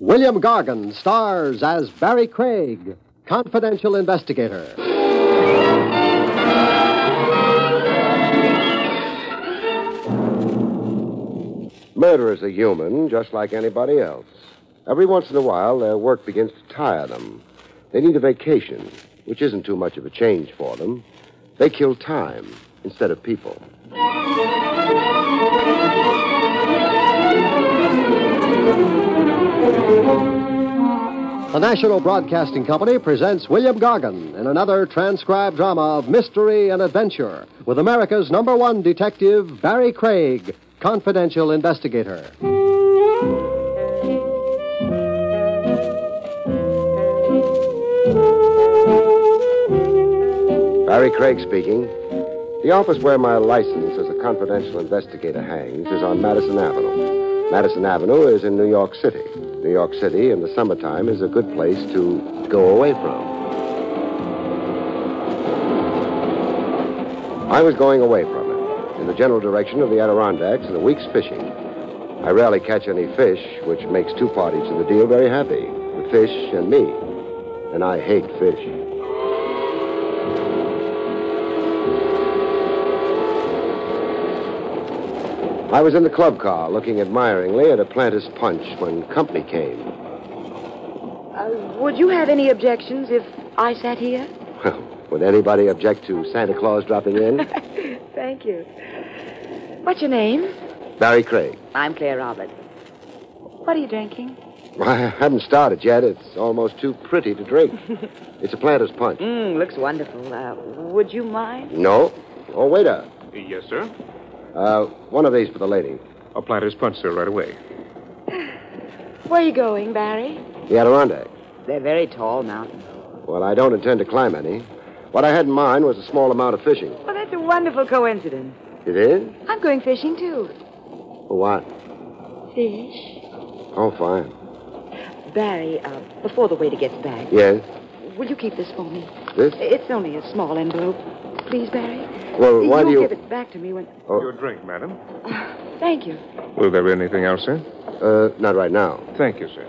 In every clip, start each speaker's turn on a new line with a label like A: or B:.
A: William Gargan stars as Barry Craig, confidential investigator.
B: Murder is a human, just like anybody else. Every once in a while, their work begins to tire them. They need a vacation, which isn't too much of a change for them. They kill time instead of people.
A: The National Broadcasting Company presents William Gargan in another transcribed drama of mystery and adventure with America's number one detective, Barry Craig, confidential investigator.
B: Barry Craig speaking. The office where my license as a confidential investigator hangs is on Madison Avenue. Madison Avenue is in New York City. New York City in the summertime is a good place to go away from. I was going away from it, in the general direction of the Adirondacks and a week's fishing. I rarely catch any fish, which makes two parties to the deal very happy the fish and me. And I hate fish. I was in the club car looking admiringly at a planter's punch when company came.
C: Uh, would you have any objections if I sat here?
B: Well, would anybody object to Santa Claus dropping in?
C: Thank you. What's your name?
B: Barry Craig.
C: I'm Claire Robert. What are you drinking?
B: Well, I haven't started yet. It's almost too pretty to drink. It's a planter's punch.
C: Mmm, looks wonderful. Uh, would you mind?
B: No? Oh, waiter.
D: Yes, sir.
B: Uh, one of these for the lady.
D: A planter's punch, sir, right away.
C: Where are you going, Barry?
B: The Adirondack.
C: They're very tall mountains.
B: Well, I don't intend to climb any. What I had in mind was a small amount of fishing.
C: Well, that's a wonderful coincidence.
B: It is?
C: I'm going fishing, too.
B: For Oh, what?
C: Fish?
B: Oh, fine.
C: Barry, uh, before the waiter gets back,
B: Yes?
C: will you keep this for me?
B: This?
C: It's only a small envelope. Please, Barry.
B: Well, Uh, why
C: You'll
B: do eh, you...
C: give it back to me when.
B: Oh,
D: Your drink, madam.
C: Thank you.
D: Will there be anything else, sir?
B: uh, not right now.
D: Thank you, sir.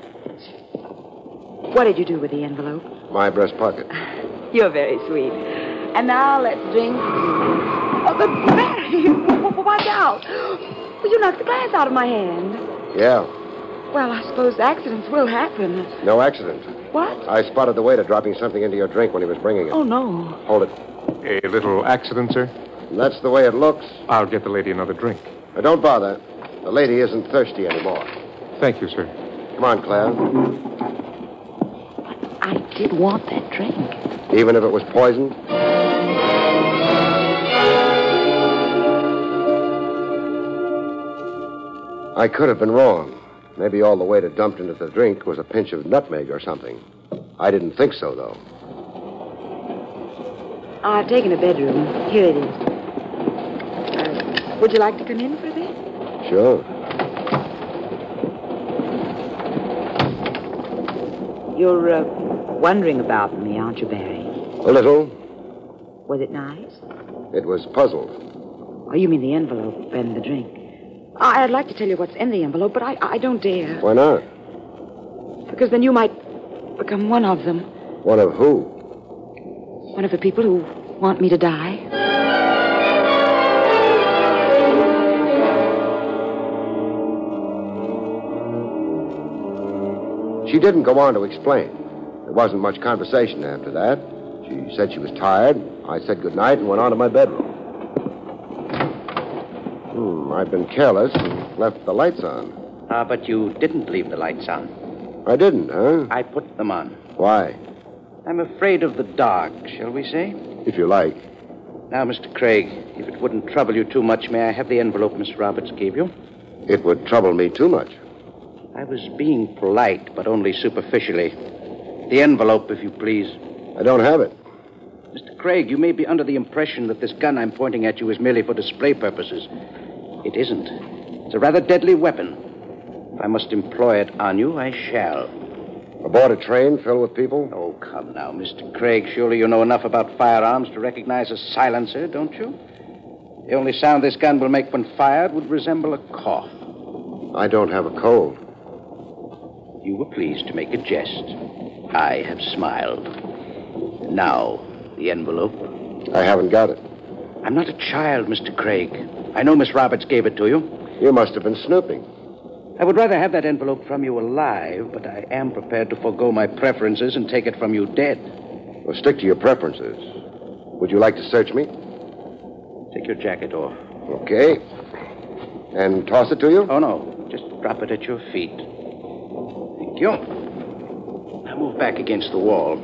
C: What did you do with the envelope?
B: My breast pocket.
C: You're very sweet. And now let's drink. Oh, but Barry, watch out. You knocked the glass out of my hand.
B: Yeah,
C: Well, I suppose accidents will happen.
B: no accident.
C: What?
B: I spotted the waiter dropping something into your drink when he was bringing it.
C: Oh, no.
B: Hold it.
D: A little accident, sir.
B: And that's the way it looks.
D: I'll get the lady another drink.
B: But don't bother. The lady isn't thirsty anymore.
D: Thank you, sir.
B: Come on, Claire.
C: I did want that drink.
B: Even if it was poisoned. I could have been wrong. Maybe all the waiter dumped into the drink was a pinch of nutmeg or something. I didn't think so, though.
C: I've taken a bedroom. Here it is. Uh, would you like to come in for a bit?
B: Sure.
C: You're uh, wondering about me, aren't you, Barry?
B: A little.
C: Was it nice?
B: It was puzzled.
C: Oh, you mean the envelope and the drink? I- I'd like to tell you what's in the envelope, but I, I don't dare.
B: Why not?
C: Because then you might become one of them.
B: One of who?
C: One of the people who want me to die.
B: She didn't go on to explain. There wasn't much conversation after that. She said she was tired. I said good night and went on to my bedroom. Hmm, I've been careless and left the lights on.
E: Ah, but you didn't leave the lights on.
B: I didn't, huh?
E: I put them on.
B: Why?
E: I'm afraid of the dark, shall we say?
B: If you like.
E: Now, Mr. Craig, if it wouldn't trouble you too much, may I have the envelope Miss Roberts gave you?
B: It would trouble me too much.
E: I was being polite, but only superficially. The envelope, if you please.
B: I don't have it.
E: Mr. Craig, you may be under the impression that this gun I'm pointing at you is merely for display purposes. It isn't. It's a rather deadly weapon. If I must employ it on you, I shall.
B: Aboard a train filled with people?
E: Oh, come now, Mr. Craig. Surely you know enough about firearms to recognize a silencer, don't you? The only sound this gun will make when fired would resemble a cough.
B: I don't have a cold.
E: You were pleased to make a jest. I have smiled. Now, the envelope.
B: I haven't got it.
E: I'm not a child, Mr. Craig. I know Miss Roberts gave it to you.
B: You must have been snooping.
E: I would rather have that envelope from you alive, but I am prepared to forego my preferences and take it from you dead.
B: Well, stick to your preferences. Would you like to search me?
E: Take your jacket off.
B: Okay. And toss it to you?
E: Oh, no. Just drop it at your feet. Thank you. I move back against the wall.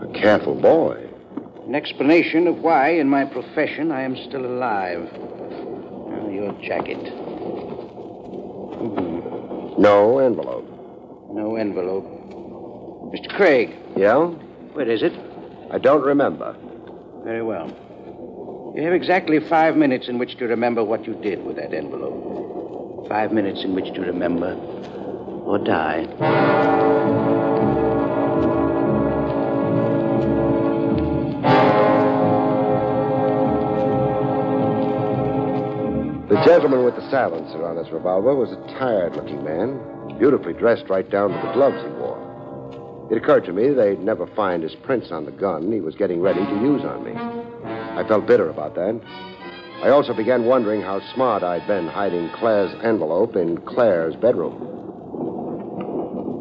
B: A careful boy.
E: An explanation of why, in my profession, I am still alive. Now, your jacket.
B: No envelope.
E: No envelope. Mr. Craig,
B: Yeah?
E: where is it?
B: I don't remember.
E: Very well. You have exactly five minutes in which to remember what you did with that envelope. Five minutes in which to remember or die.
B: The gentleman with the silencer on his revolver was a tired looking man, beautifully dressed right down to the gloves he wore. It occurred to me they'd never find his prints on the gun he was getting ready to use on me. I felt bitter about that. I also began wondering how smart I'd been hiding Claire's envelope in Claire's bedroom.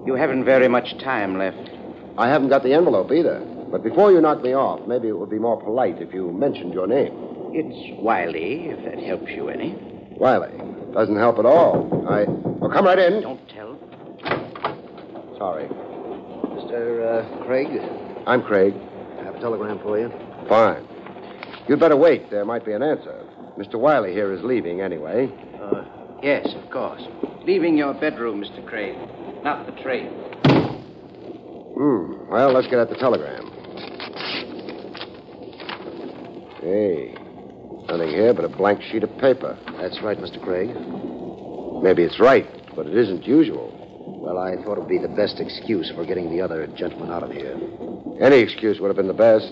E: You haven't very much time left.
B: I haven't got the envelope either. But before you knock me off, maybe it would be more polite if you mentioned your name.
E: It's Wiley, if that helps you any.
B: Wiley. Doesn't help at all. I. Well, come right in.
E: Don't tell.
B: Sorry.
F: Mr. Uh, Craig,
B: I'm Craig.
F: I have a telegram for you.
B: Fine. You'd better wait. There might be an answer. Mr. Wiley here is leaving anyway.
E: Uh, yes, of course. Leaving your bedroom, Mr. Craig. Not the train.
B: Hmm. Well, let's get at the telegram. Hey. Nothing here but a blank sheet of paper.
F: That's right, Mr. Craig.
B: Maybe it's right, but it isn't usual.
F: Well, I thought it would be the best excuse for getting the other gentleman out of here.
B: Any excuse would have been the best.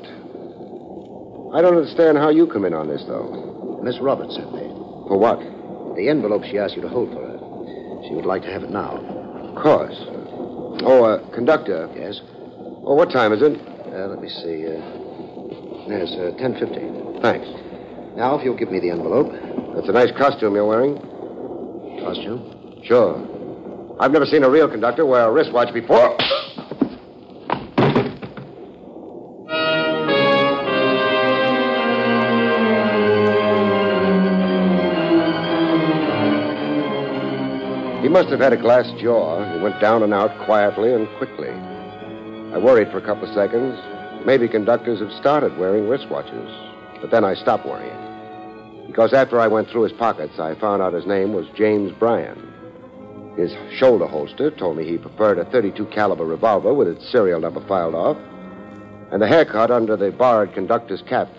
B: I don't understand how you come in on this, though.
F: Miss Roberts sent me.
B: For what?
F: The envelope she asked you to hold for her. She would like to have it now.
B: Of course. Oh, uh, conductor.
F: Yes?
B: Oh, what time is it?
F: Uh, let me see. Uh, there's uh, 10.50.
B: Thanks.
F: Now, if you'll give me the envelope.
B: That's a nice costume you're wearing.
F: Costume?
B: Sure. I've never seen a real conductor wear a wristwatch before. He must have had a glass jaw. He went down and out quietly and quickly. I worried for a couple of seconds. Maybe conductors have started wearing wristwatches. But then I stopped worrying. Because after I went through his pockets, I found out his name was James Bryan. His shoulder holster told me he preferred a 32 caliber revolver with its serial number filed off, and the haircut under the borrowed conductor's cap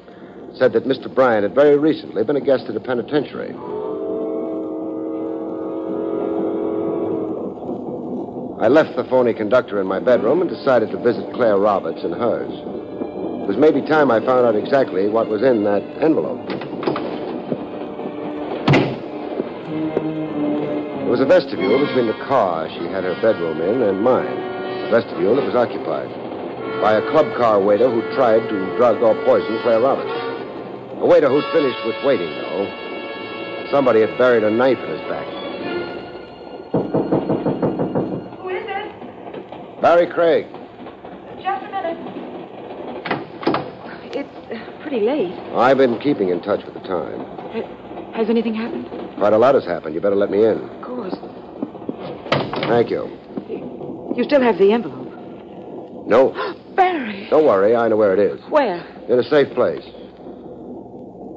B: said that Mr. Bryan had very recently been a guest at a penitentiary. I left the phony conductor in my bedroom and decided to visit Claire Roberts in hers. It was maybe time I found out exactly what was in that envelope. There was a vestibule between the car she had her bedroom in and mine, a vestibule that was occupied by a club car waiter who tried to drug or poison Claire Roberts. A waiter who'd finished with waiting, though. Somebody had buried a knife in his back.
C: Who is it?
B: Barry Craig.
C: Just a minute. It's uh, pretty late.
B: I've been keeping in touch with the time.
C: Ha- Has anything happened?
B: Quite a lot has happened. You better let me in.
C: Of course.
B: Thank you.
C: You still have the envelope.
B: No,
C: Barry!
B: don't worry. I know where it is.
C: Where?
B: In a safe place.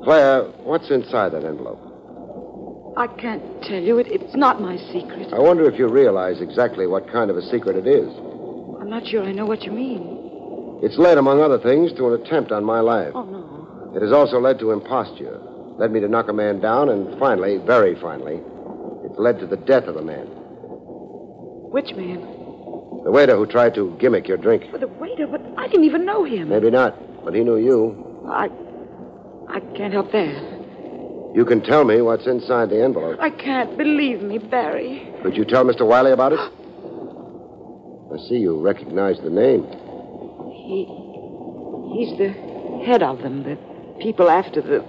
B: Claire, what's inside that envelope?
C: I can't tell you. It, it's not my secret.
B: I wonder if you realize exactly what kind of a secret it is.
C: I'm not sure I know what you mean.
B: It's led, among other things, to an attempt on my life.
C: Oh, no.
B: It has also led to imposture, led me to knock a man down, and finally, very finally, it led to the death of a man.
C: Which man?
B: The waiter who tried to gimmick your drink.
C: Well, the waiter, but I didn't even know him.
B: Maybe not, but he knew you.
C: I. I can't help that.
B: You can tell me what's inside the envelope.
C: I can't. Believe me, Barry.
B: Could you tell Mr. Wiley about it? I see you recognize the name.
C: He, he's the head of them, the people after the.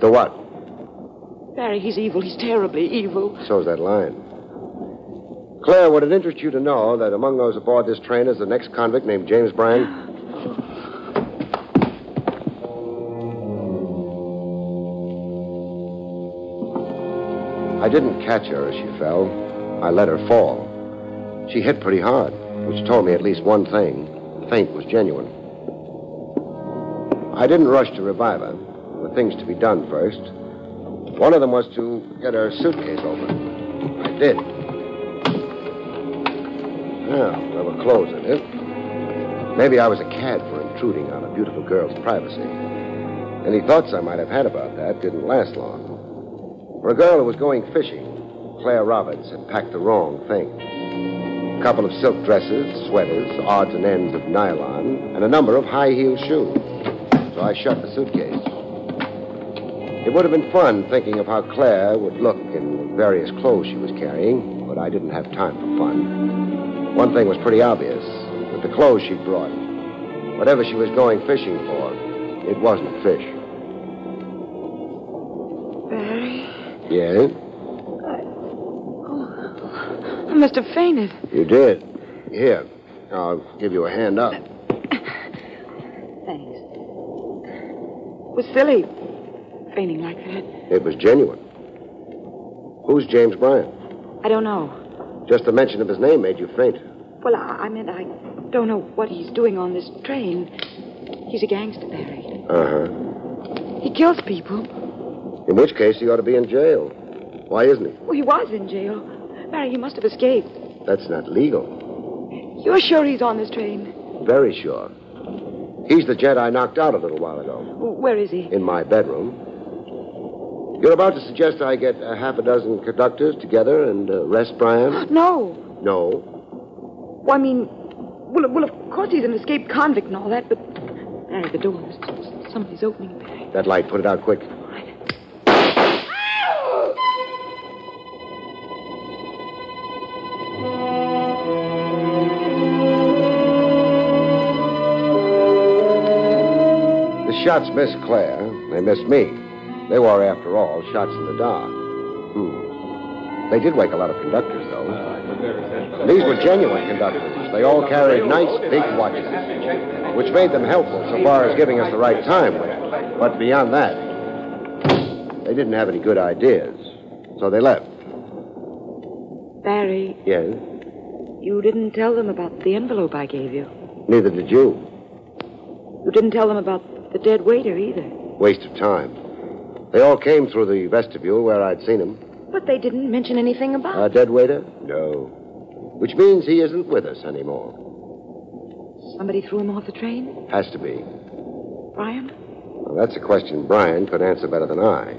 B: The what?
C: Barry, he's evil. He's terribly evil.
B: So's that line. Claire, would it interest you to know that among those aboard this train is the next convict named James Bryan? I didn't catch her as she fell. I let her fall. She hit pretty hard, which told me at least one thing. The faint was genuine. I didn't rush to revive her. There were things to be done first. One of them was to get her suitcase open. I did. Well, there were clothes in it. Maybe I was a cad for intruding on a beautiful girl's privacy. Any thoughts I might have had about that didn't last long. For a girl who was going fishing, Claire Roberts had packed the wrong thing. A couple of silk dresses, sweaters, odds and ends of nylon, and a number of high heeled shoes. So I shut the suitcase. It would have been fun thinking of how Claire would look in the various clothes she was carrying, but I didn't have time for fun. One thing was pretty obvious that the clothes she brought, whatever she was going fishing for, it wasn't fish.
C: Barry,
B: Yeah?
C: I must have fainted.
B: You did. Here, I'll give you a hand up.
C: Thanks. It was silly, fainting like that.
B: It was genuine. Who's James Bryant?
C: I don't know.
B: Just the mention of his name made you faint.
C: Well, I, I meant I don't know what he's doing on this train. He's a gangster, Barry.
B: Uh huh.
C: He kills people.
B: In which case, he ought to be in jail. Why isn't he?
C: Well, he was in jail. Barry, he must have escaped.
B: That's not legal.
C: You're sure he's on this train?
B: Very sure. He's the gent I knocked out a little while ago
C: W- Where is he?
B: in my bedroom. You're about to suggest I get a half a dozen conductors together and arrest Bryant?
C: No.
B: No.
C: Well, I mean, well, well, of course he's an escaped convict and all that, but Barry, the door is somebody's opening. Barry.
B: That light, put it out quick. The shots missed Claire. They missed me. They were, after all, shots in the dark. Hmm. They did wake a lot of conductors, though. And these were genuine conductors. They all carried nice, big watches, which made them helpful so far as giving us the right time with it. But beyond that, they didn't have any good ideas. So they left.
C: Barry,
B: Yes?
C: you didn't tell them about the envelope I gave you.
B: Neither did you.
C: You didn't tell them about the dead waiter either.
B: Waste of time. They all came through the vestibule where I'd seen them.
C: But they didn't mention anything about.
B: A dead waiter? No. Which means he isn't with us anymore.
C: Somebody threw him off the train,
B: Has to be.
C: Brian.
B: Well, that's a question Brian could answer better than I.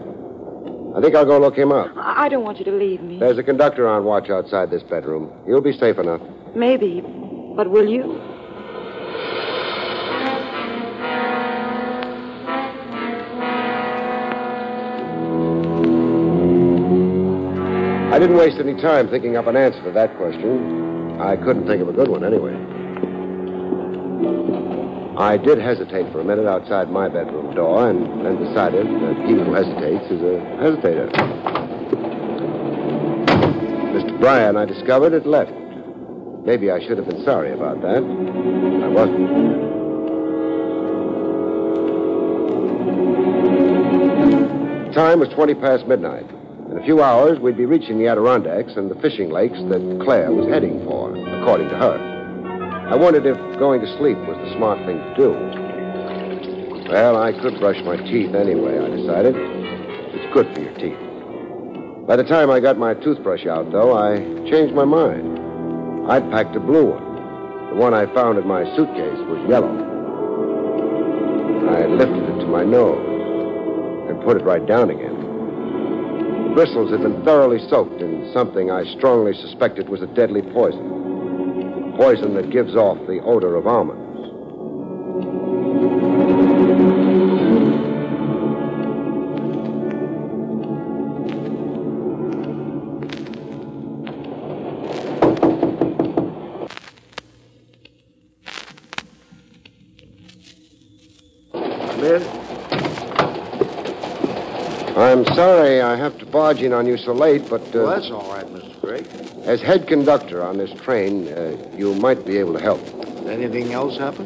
B: I think I'll go look him up.
C: I I don't want you to leave me.
B: There's a conductor on watch outside this bedroom. You'll be safe enough.
C: Maybe, but will you?
B: I didn't waste any time thinking up an answer to that question. I couldn't think of a good one anyway. I did hesitate for a minute outside my bedroom door and then decided that he who hesitates is a hesitator. Mr. Bryan, I discovered, had left. Maybe I should have been sorry about that. I wasn't. Time was 20 past midnight. In a few hours, we'd be reaching the Adirondacks and the fishing lakes that Claire was heading for, according to her. I wondered if going to sleep was the smart thing to do. Well, I could brush my teeth anyway, I decided. It's good for your teeth. By the time I got my toothbrush out, though, I changed my mind. I'd packed a blue one. The one I found in my suitcase was yellow. I lifted it to my nose and put it right down again bristles had been thoroughly soaked in something I strongly suspected was a deadly poison. Poison that gives off the odor of almonds. Liz? I'm sorry I have to barge in on you so late, but. Uh,
F: Well, that's all right, Mr. Craig.
B: As head conductor on this train, uh, you might be able to help.
F: Anything else happen?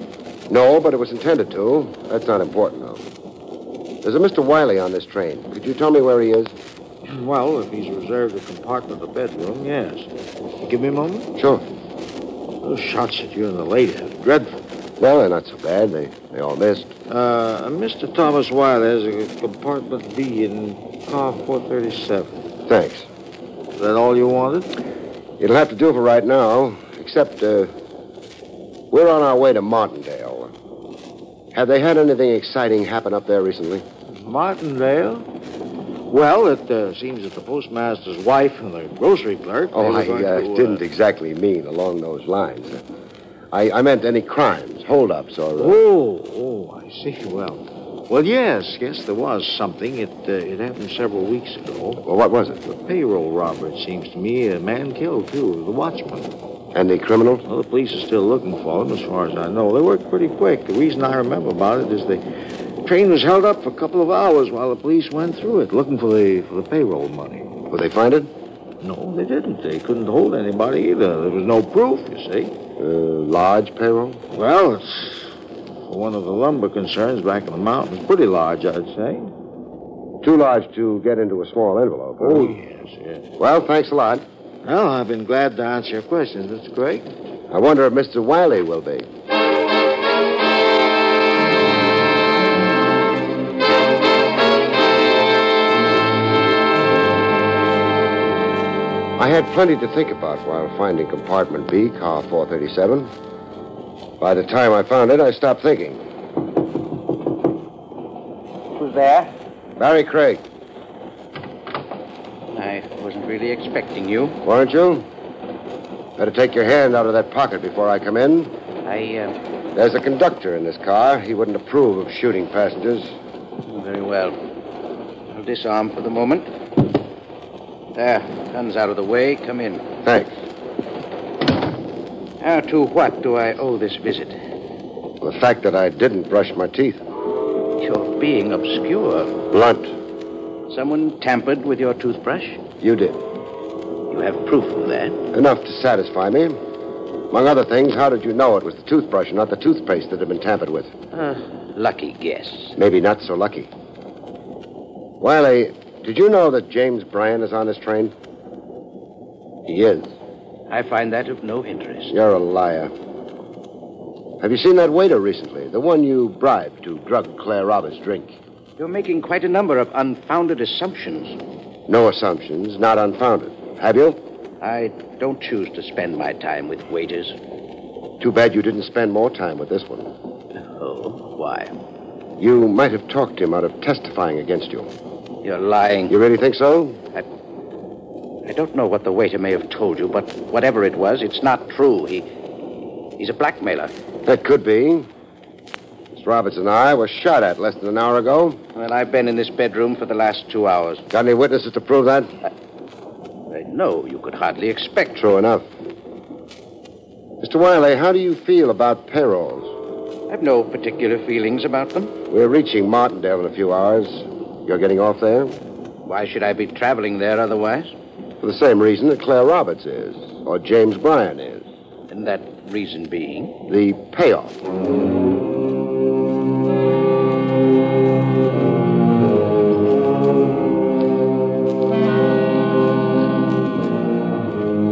B: No, but it was intended to. That's not important, though. There's a Mr. Wiley on this train. Could you tell me where he is?
F: Well, if he's reserved a compartment, a bedroom, yes. You give me a moment?
B: Sure.
F: Those shots at you and the lady are dreadful.
B: Well, they're not so bad. They they all missed.
F: Uh, Mr. Thomas Wiley has a compartment B in car 437.
B: Thanks.
F: Is that all you wanted?
B: It'll have to do for right now, except uh, we're on our way to Martindale. Have they had anything exciting happen up there recently?
F: Martindale? Well, it uh, seems that the postmaster's wife and the grocery clerk. they
B: Oh,
F: were
B: I
F: going
B: uh,
F: to, uh,
B: didn't exactly mean along those lines. I, I meant any crimes, holdups, or. Uh,
F: Oh, oh, I see. Well, well, yes, yes, there was something. It uh, it happened several weeks ago.
B: well, what was it?
F: A payroll robbery, it seems to me. A man killed too. The watchman.
B: Any criminals?
F: Well, the police are still looking for him, as far as I know. They worked pretty quick. The reason I remember about it is the train was held up for a couple of hours while the police went through it, looking for the for the payroll money.
B: Will they find it?
F: No, they didn't. They couldn't hold anybody either. There was no proof, you see.
B: Uh, large payroll?
F: Well, it's for one of the lumber concerns back in the mountains. Pretty large, I'd say.
B: Too large to get into a small envelope. huh?
F: Oh, yes, yes.
B: Well, thanks a lot.
F: Well, I've been glad to answer your questions, Mr. Craig.
B: I wonder if Mr. Wiley will be. I had plenty to think about while finding compartment B, car 437. By the time I found it, I stopped thinking.
E: Who's there?
B: Barry Craig,
E: I wasn't really expecting you.
B: weren't you? Better take your hand out of that pocket before I come in.
E: I, uh,
B: There's a conductor in this car. He wouldn't approve of shooting passengers.
E: very well. I'll disarm for the moment. There, guns out of the way. Come in.
B: Thanks.
E: Now, to what do I owe this visit?
B: The fact that I didn't brush my teeth.
E: You're being obscure.
B: Blunt.
E: Someone tampered with your toothbrush?
B: You did.
E: You have proof of that.
B: Enough to satisfy me. Among other things, how did you know it was the toothbrush and not the toothpaste that had been tampered with?
E: Uh, lucky guess.
B: Maybe not so lucky. Wiley, did you know that James Bryan is on this train? He is.
E: I find that of no interest.
B: You're a liar. Have you seen that waiter recently? The one you bribed to drug Claire Roberts' drink?
E: You're making quite a number of unfounded assumptions.
B: No assumptions, not unfounded. Have you?
E: I don't choose to spend my time with waiters.
B: Too bad you didn't spend more time with this one.
E: Oh, why?
B: You might have talked him out of testifying against you.
E: You're lying.
B: You really think so?
E: I don't know what the waiter may have told you, but whatever it was, it's not true. He he's a blackmailer.
B: That could be. Miss Roberts and I were shot at less than an hour ago.
E: Well, I've been in this bedroom for the last two hours.
B: Got any witnesses to prove that?
E: I know you could hardly expect
B: True enough. Mr. Wiley, how do you feel about payrolls?
E: I've no particular feelings about them.
B: We're reaching Martindale in a few hours. You're getting off there?
E: Why should I be traveling there otherwise?
B: For the same reason that Claire Roberts is, or James Bryan is.
E: And that reason being,
B: the payoff.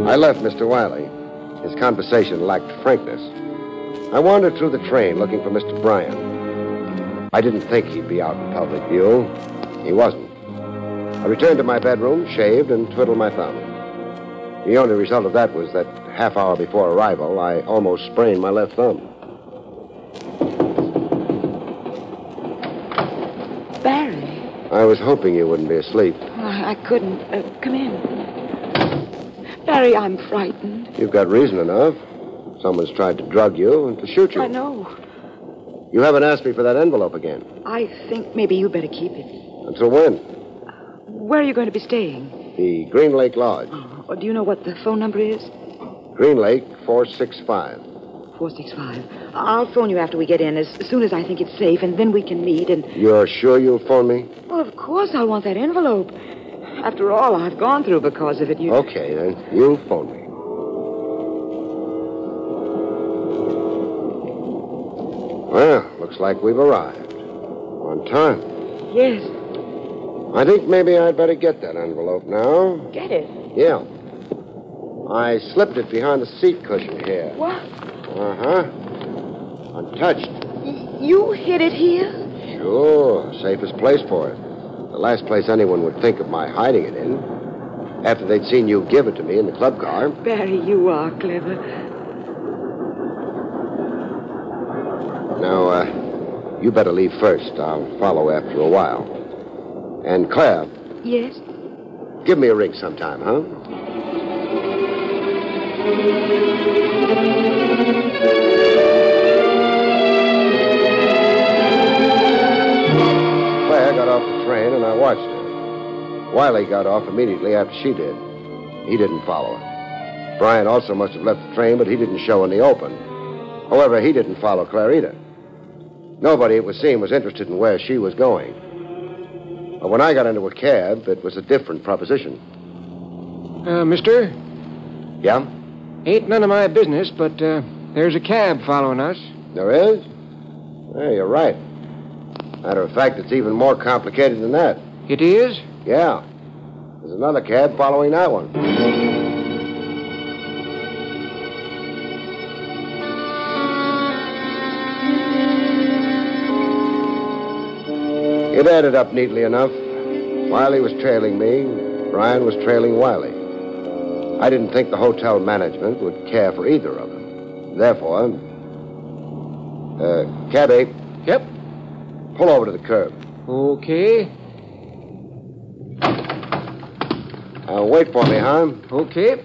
B: I left Mr. Wiley. His conversation lacked frankness. I wandered through the train looking for Mr. Bryan. I didn't think he'd be out in public view. He wasn't. I returned to my bedroom, shaved, and twiddled my thumb. The only result of that was that half hour before arrival, I almost sprained my left thumb.
C: Barry.
B: I was hoping you wouldn't be asleep.
C: Oh, I I couldn't. Uh, come in. Barry, I'm frightened.
B: You've got reason enough. Someone's tried to drug you and to shoot you.
C: I know.
B: You haven't asked me for that envelope again.
C: I think maybe you better keep it.
B: Until when?
C: Where are you going to be staying? Oh,
B: The Green Lake Lodge.
C: Or do you know what the phone number is?
B: Green Lake 465.
C: 465. I'll phone you after we get in, as soon as I think it's safe, and then we can meet. And,
B: You're sure you'll phone me?
C: well, of course I'll want that envelope. After all I've gone through because of it, you.
B: Okay, then. You'll phone me. Well, looks like we've arrived. On time.
C: Yes.
B: I think maybe I'd better get that envelope now.
C: Get it.
B: Yeah. I slipped it behind the seat cushion here.
C: What?
B: Uh huh. Uh-huh. Untouched.
C: Y- you hid it here?
B: Sure. Safest place for it. The last place anyone would think of my hiding it in. After they'd seen you give it to me in the club car.
C: Barry, you are clever.
B: Now, uh, you better leave first. I'll follow after a while. And Claire,
C: Yes?
B: give me a ring sometime, huh? Claire got off the train, and I watched her. Wiley got off immediately after she did. He didn't follow her. Brian also must have left the train, but he didn't show in the open. However, he didn't follow Claire either. Nobody, it would seem, was interested in where she was going. But when I got into a cab, it was a different proposition.
G: Uh, mister,
B: Yeah?
G: ain't none of my business, but uh, there's a cab following us.
B: There is? Yeah, you're right. Matter of fact, it's even more complicated than that.
G: It is?
B: Yeah. There's another cab following that one. It added up neatly enough. Wiley was trailing me. Brian was trailing Wiley. I didn't think the hotel management would care for either of them. Therefore, uh, cabby,
G: Yep.
B: pull over to the curb.
G: Okay.
B: Uh, wait for me, huh?
G: Okay.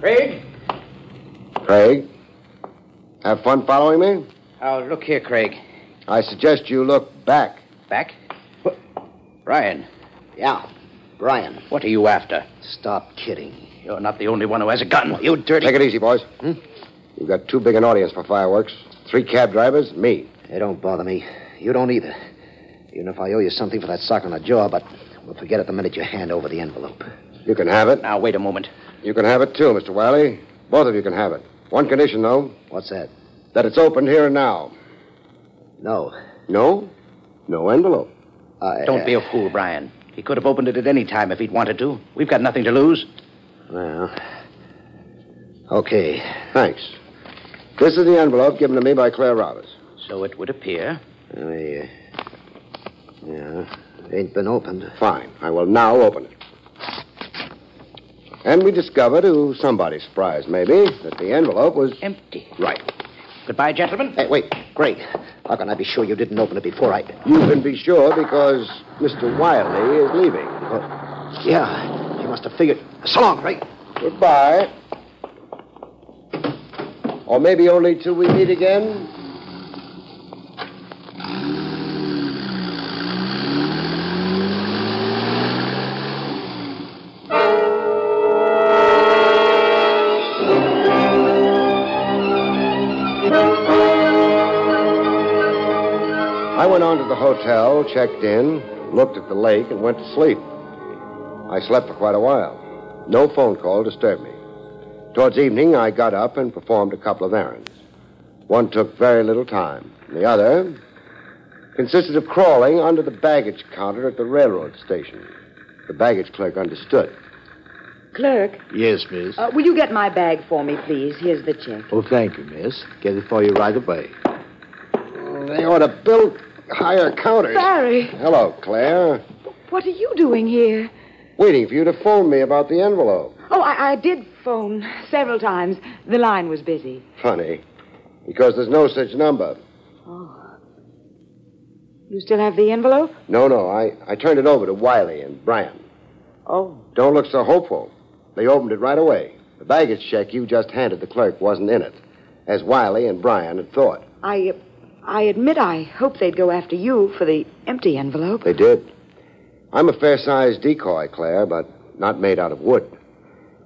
E: Craig?
B: Craig, have fun following me?
E: Oh, look here, Craig.
B: I suggest you look back.
E: Back? What? Brian,
H: Yeah, Brian,
E: what are you after?
H: stop kidding.
E: You're not the only one who has a gun. You dirty.
B: Take it easy, boys.
H: Hmm?
B: You've got too big an audience for fireworks. Three cab drivers, me.
H: It don't bother me. You don't either. Even if I owe you something for that sock on the jaw, but we'll forget it the minute you hand over the envelope.
B: You can have it.
E: Now, wait a moment.
B: You can have it, too, Mr. Wiley. Both of you can have it. One condition, though,
H: What's that?
B: that it's opened here and now.
H: No.
B: No? No envelope.
H: I,
E: Don't be a fool, Brian. He could have opened it at any time if he'd wanted to. We've got nothing to lose.
H: Well. Okay.
B: Thanks. This is the envelope given to me by Claire Roberts.
E: So it would appear.
H: Let me, uh, yeah. Ain't been opened.
B: Fine. I will now open it. And we discover, to somebody's surprise, maybe, that the envelope was
E: Empty.
B: right.
E: Goodbye, gentlemen.
H: Hey, wait. Greg, how can I be sure you didn't open it before I.
B: You can be sure because Mr. Wiley is leaving.
H: Oh, Yeah. You must have figured. So long, Greg.
B: Goodbye. Or maybe only till we meet again. I went on to the hotel, checked in, looked at the lake, and went to sleep. I slept for quite a while. No phone call disturbed me. Towards evening, I got up and performed a couple of errands. One took very little time. The other consisted of crawling under the baggage counter at the railroad station. The baggage clerk understood.
C: Clerk,
F: Yes, miss.
C: uh, will you get my bag for me, please? Here's the check.
F: Oh, thank you, miss. Get it for you right away.
B: They ought to build higher counters.
C: Barry,
B: Hello, Claire.
C: what are you doing here?
B: Waiting for you to phone me about the envelope.
C: Oh, I, I did phone several times. The line was busy.
B: Funny, because there's no such number.
C: You still have the envelope?
B: No, no, I, I turned it over to Wiley and Bryan.
C: Oh.
B: Don't look so hopeful. They opened it right away. The baggage check you just handed the clerk wasn't in it, as Wiley and Bryan had thought.
C: I, uh, I admit I hoped they'd go after you for the empty envelope.
I: They did. I'm a fair sized decoy, Claire, but not made out of wood.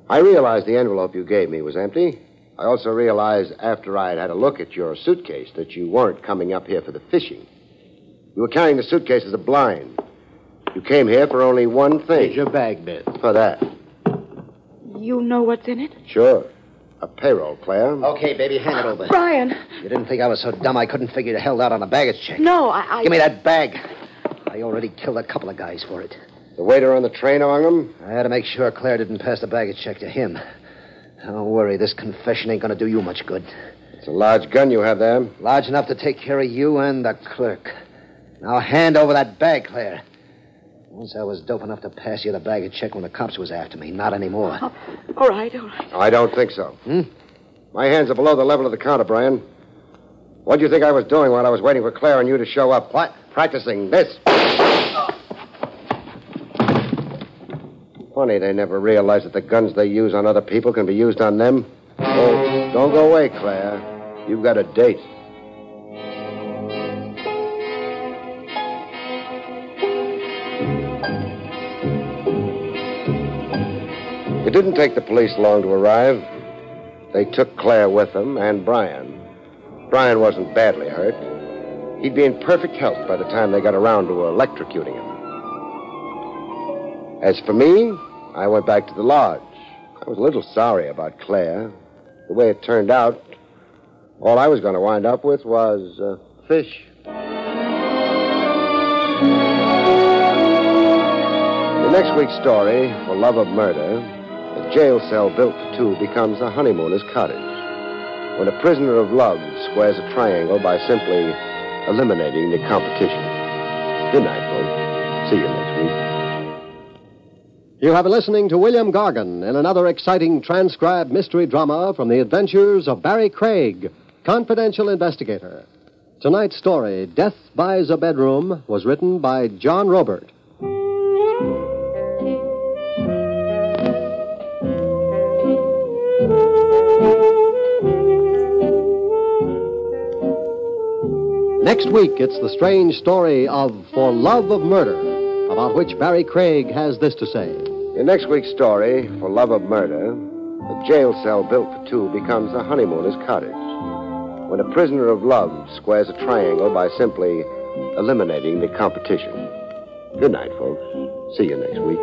I: I realized the envelope you gave me was empty. I also realized after I had had a look at your suitcase that you weren't coming up here for the fishing. You were carrying the suitcase as a blind. You came here for only one thing.
J: Here's your bag, Beth.
I: For that.
C: You know what's in it?
I: Sure. A payroll, Claire.
E: Okay, baby, hand it over.
C: Brian,
E: You didn't think I was so dumb I couldn't figure the hell out on a baggage check.
C: no, I. I...
E: Give me that bag. I already killed a couple of guys for it.
I: The waiter on the train among them?
E: I had to make sure Claire didn't pass the baggage check to him. Don't worry, this confession ain't gonna do you much good.
I: It's a large gun you have there.
E: Large enough to take care of you and the clerk. Now hand over that bag, Claire. Once I was dope enough to pass you the baggage check when the cops was after me. Not anymore.
C: All right, all right.
I: I don't think so.
E: Hmm?
I: My hands are below the level of the counter, Brian. What do you think I was doing while I was waiting for Claire and you to show up? What? Practicing this. Funny they never realize that the guns they use on other people can be used on them. Oh, don't go away, Claire. You've got a date. It didn't take the police long to arrive. They took Claire with them and Brian. Brian wasn't badly hurt. He'd be in perfect health by the time they got around to electrocuting him. As for me, I went back to the lodge. I was a little sorry about Claire. The way it turned out, all I was going to wind up with was uh, fish. The next week's story, For Love of Murder, a jail cell built for two becomes a honeymooner's cottage. When a prisoner of love squares a triangle by simply eliminating the competition. Good night, folks. See you next week.
B: You have been listening to William Gargan in another exciting transcribed mystery drama from the adventures of Barry Craig, confidential investigator. Tonight's story, Death Buys a Bedroom, was written by John Robert. Next week, it's the strange story of For Love of Murder, about which Barry Craig has this to say.
I: In next week's story, For Love of Murder, a jail cell built for two becomes a honeymooner's cottage. When a prisoner of love squares a triangle by simply eliminating the competition. Good night, folks. See you next week.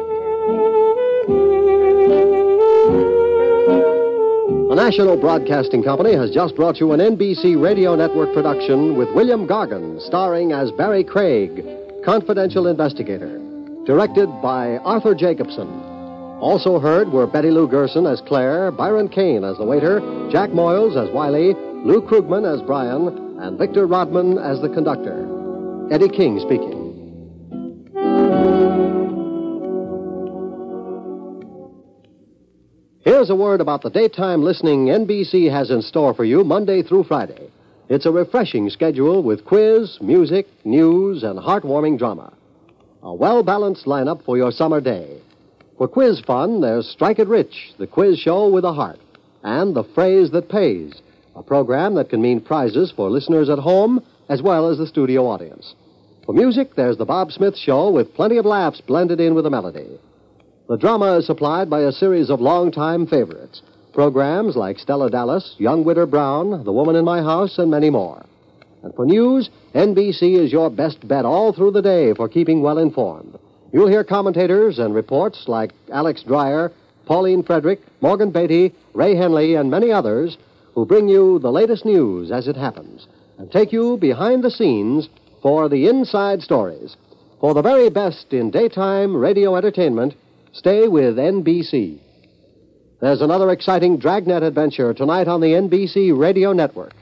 B: The National Broadcasting Company has just brought you an NBC Radio Network production with William Gargan, starring as Barry Craig, confidential investigator, directed by Arthur Jacobson. Also heard were Betty Lou Gerson as Claire, Byron Kane as the waiter, Jack Moyles as Wiley, Lou Krugman as Brian, and Victor Rodman as the conductor. Eddie King speaking. Here's a word about the daytime listening NBC has in store for you Monday through Friday. It's a refreshing schedule with quiz, music, news, and heartwarming drama. A well balanced lineup for your summer day. For quiz fun, there's Strike It Rich, the quiz show with a heart, and The Phrase That Pays, a program that can mean prizes for listeners at home as well as the studio audience. For music, there's The Bob Smith Show with plenty of laughs blended in with a melody. The drama is supplied by a series of longtime favorites. Programs like Stella Dallas, Young Widow Brown, The Woman in My House, and many more. And for news, NBC is your best bet all through the day for keeping well informed. You'll hear commentators and reports like Alex Dreyer, Pauline Frederick, Morgan Beatty, Ray Henley, and many others who bring you the latest news as it happens and take you behind the scenes for the inside stories. For the very best in daytime radio entertainment, Stay with NBC. There's another exciting Dragnet adventure tonight on the NBC Radio Network.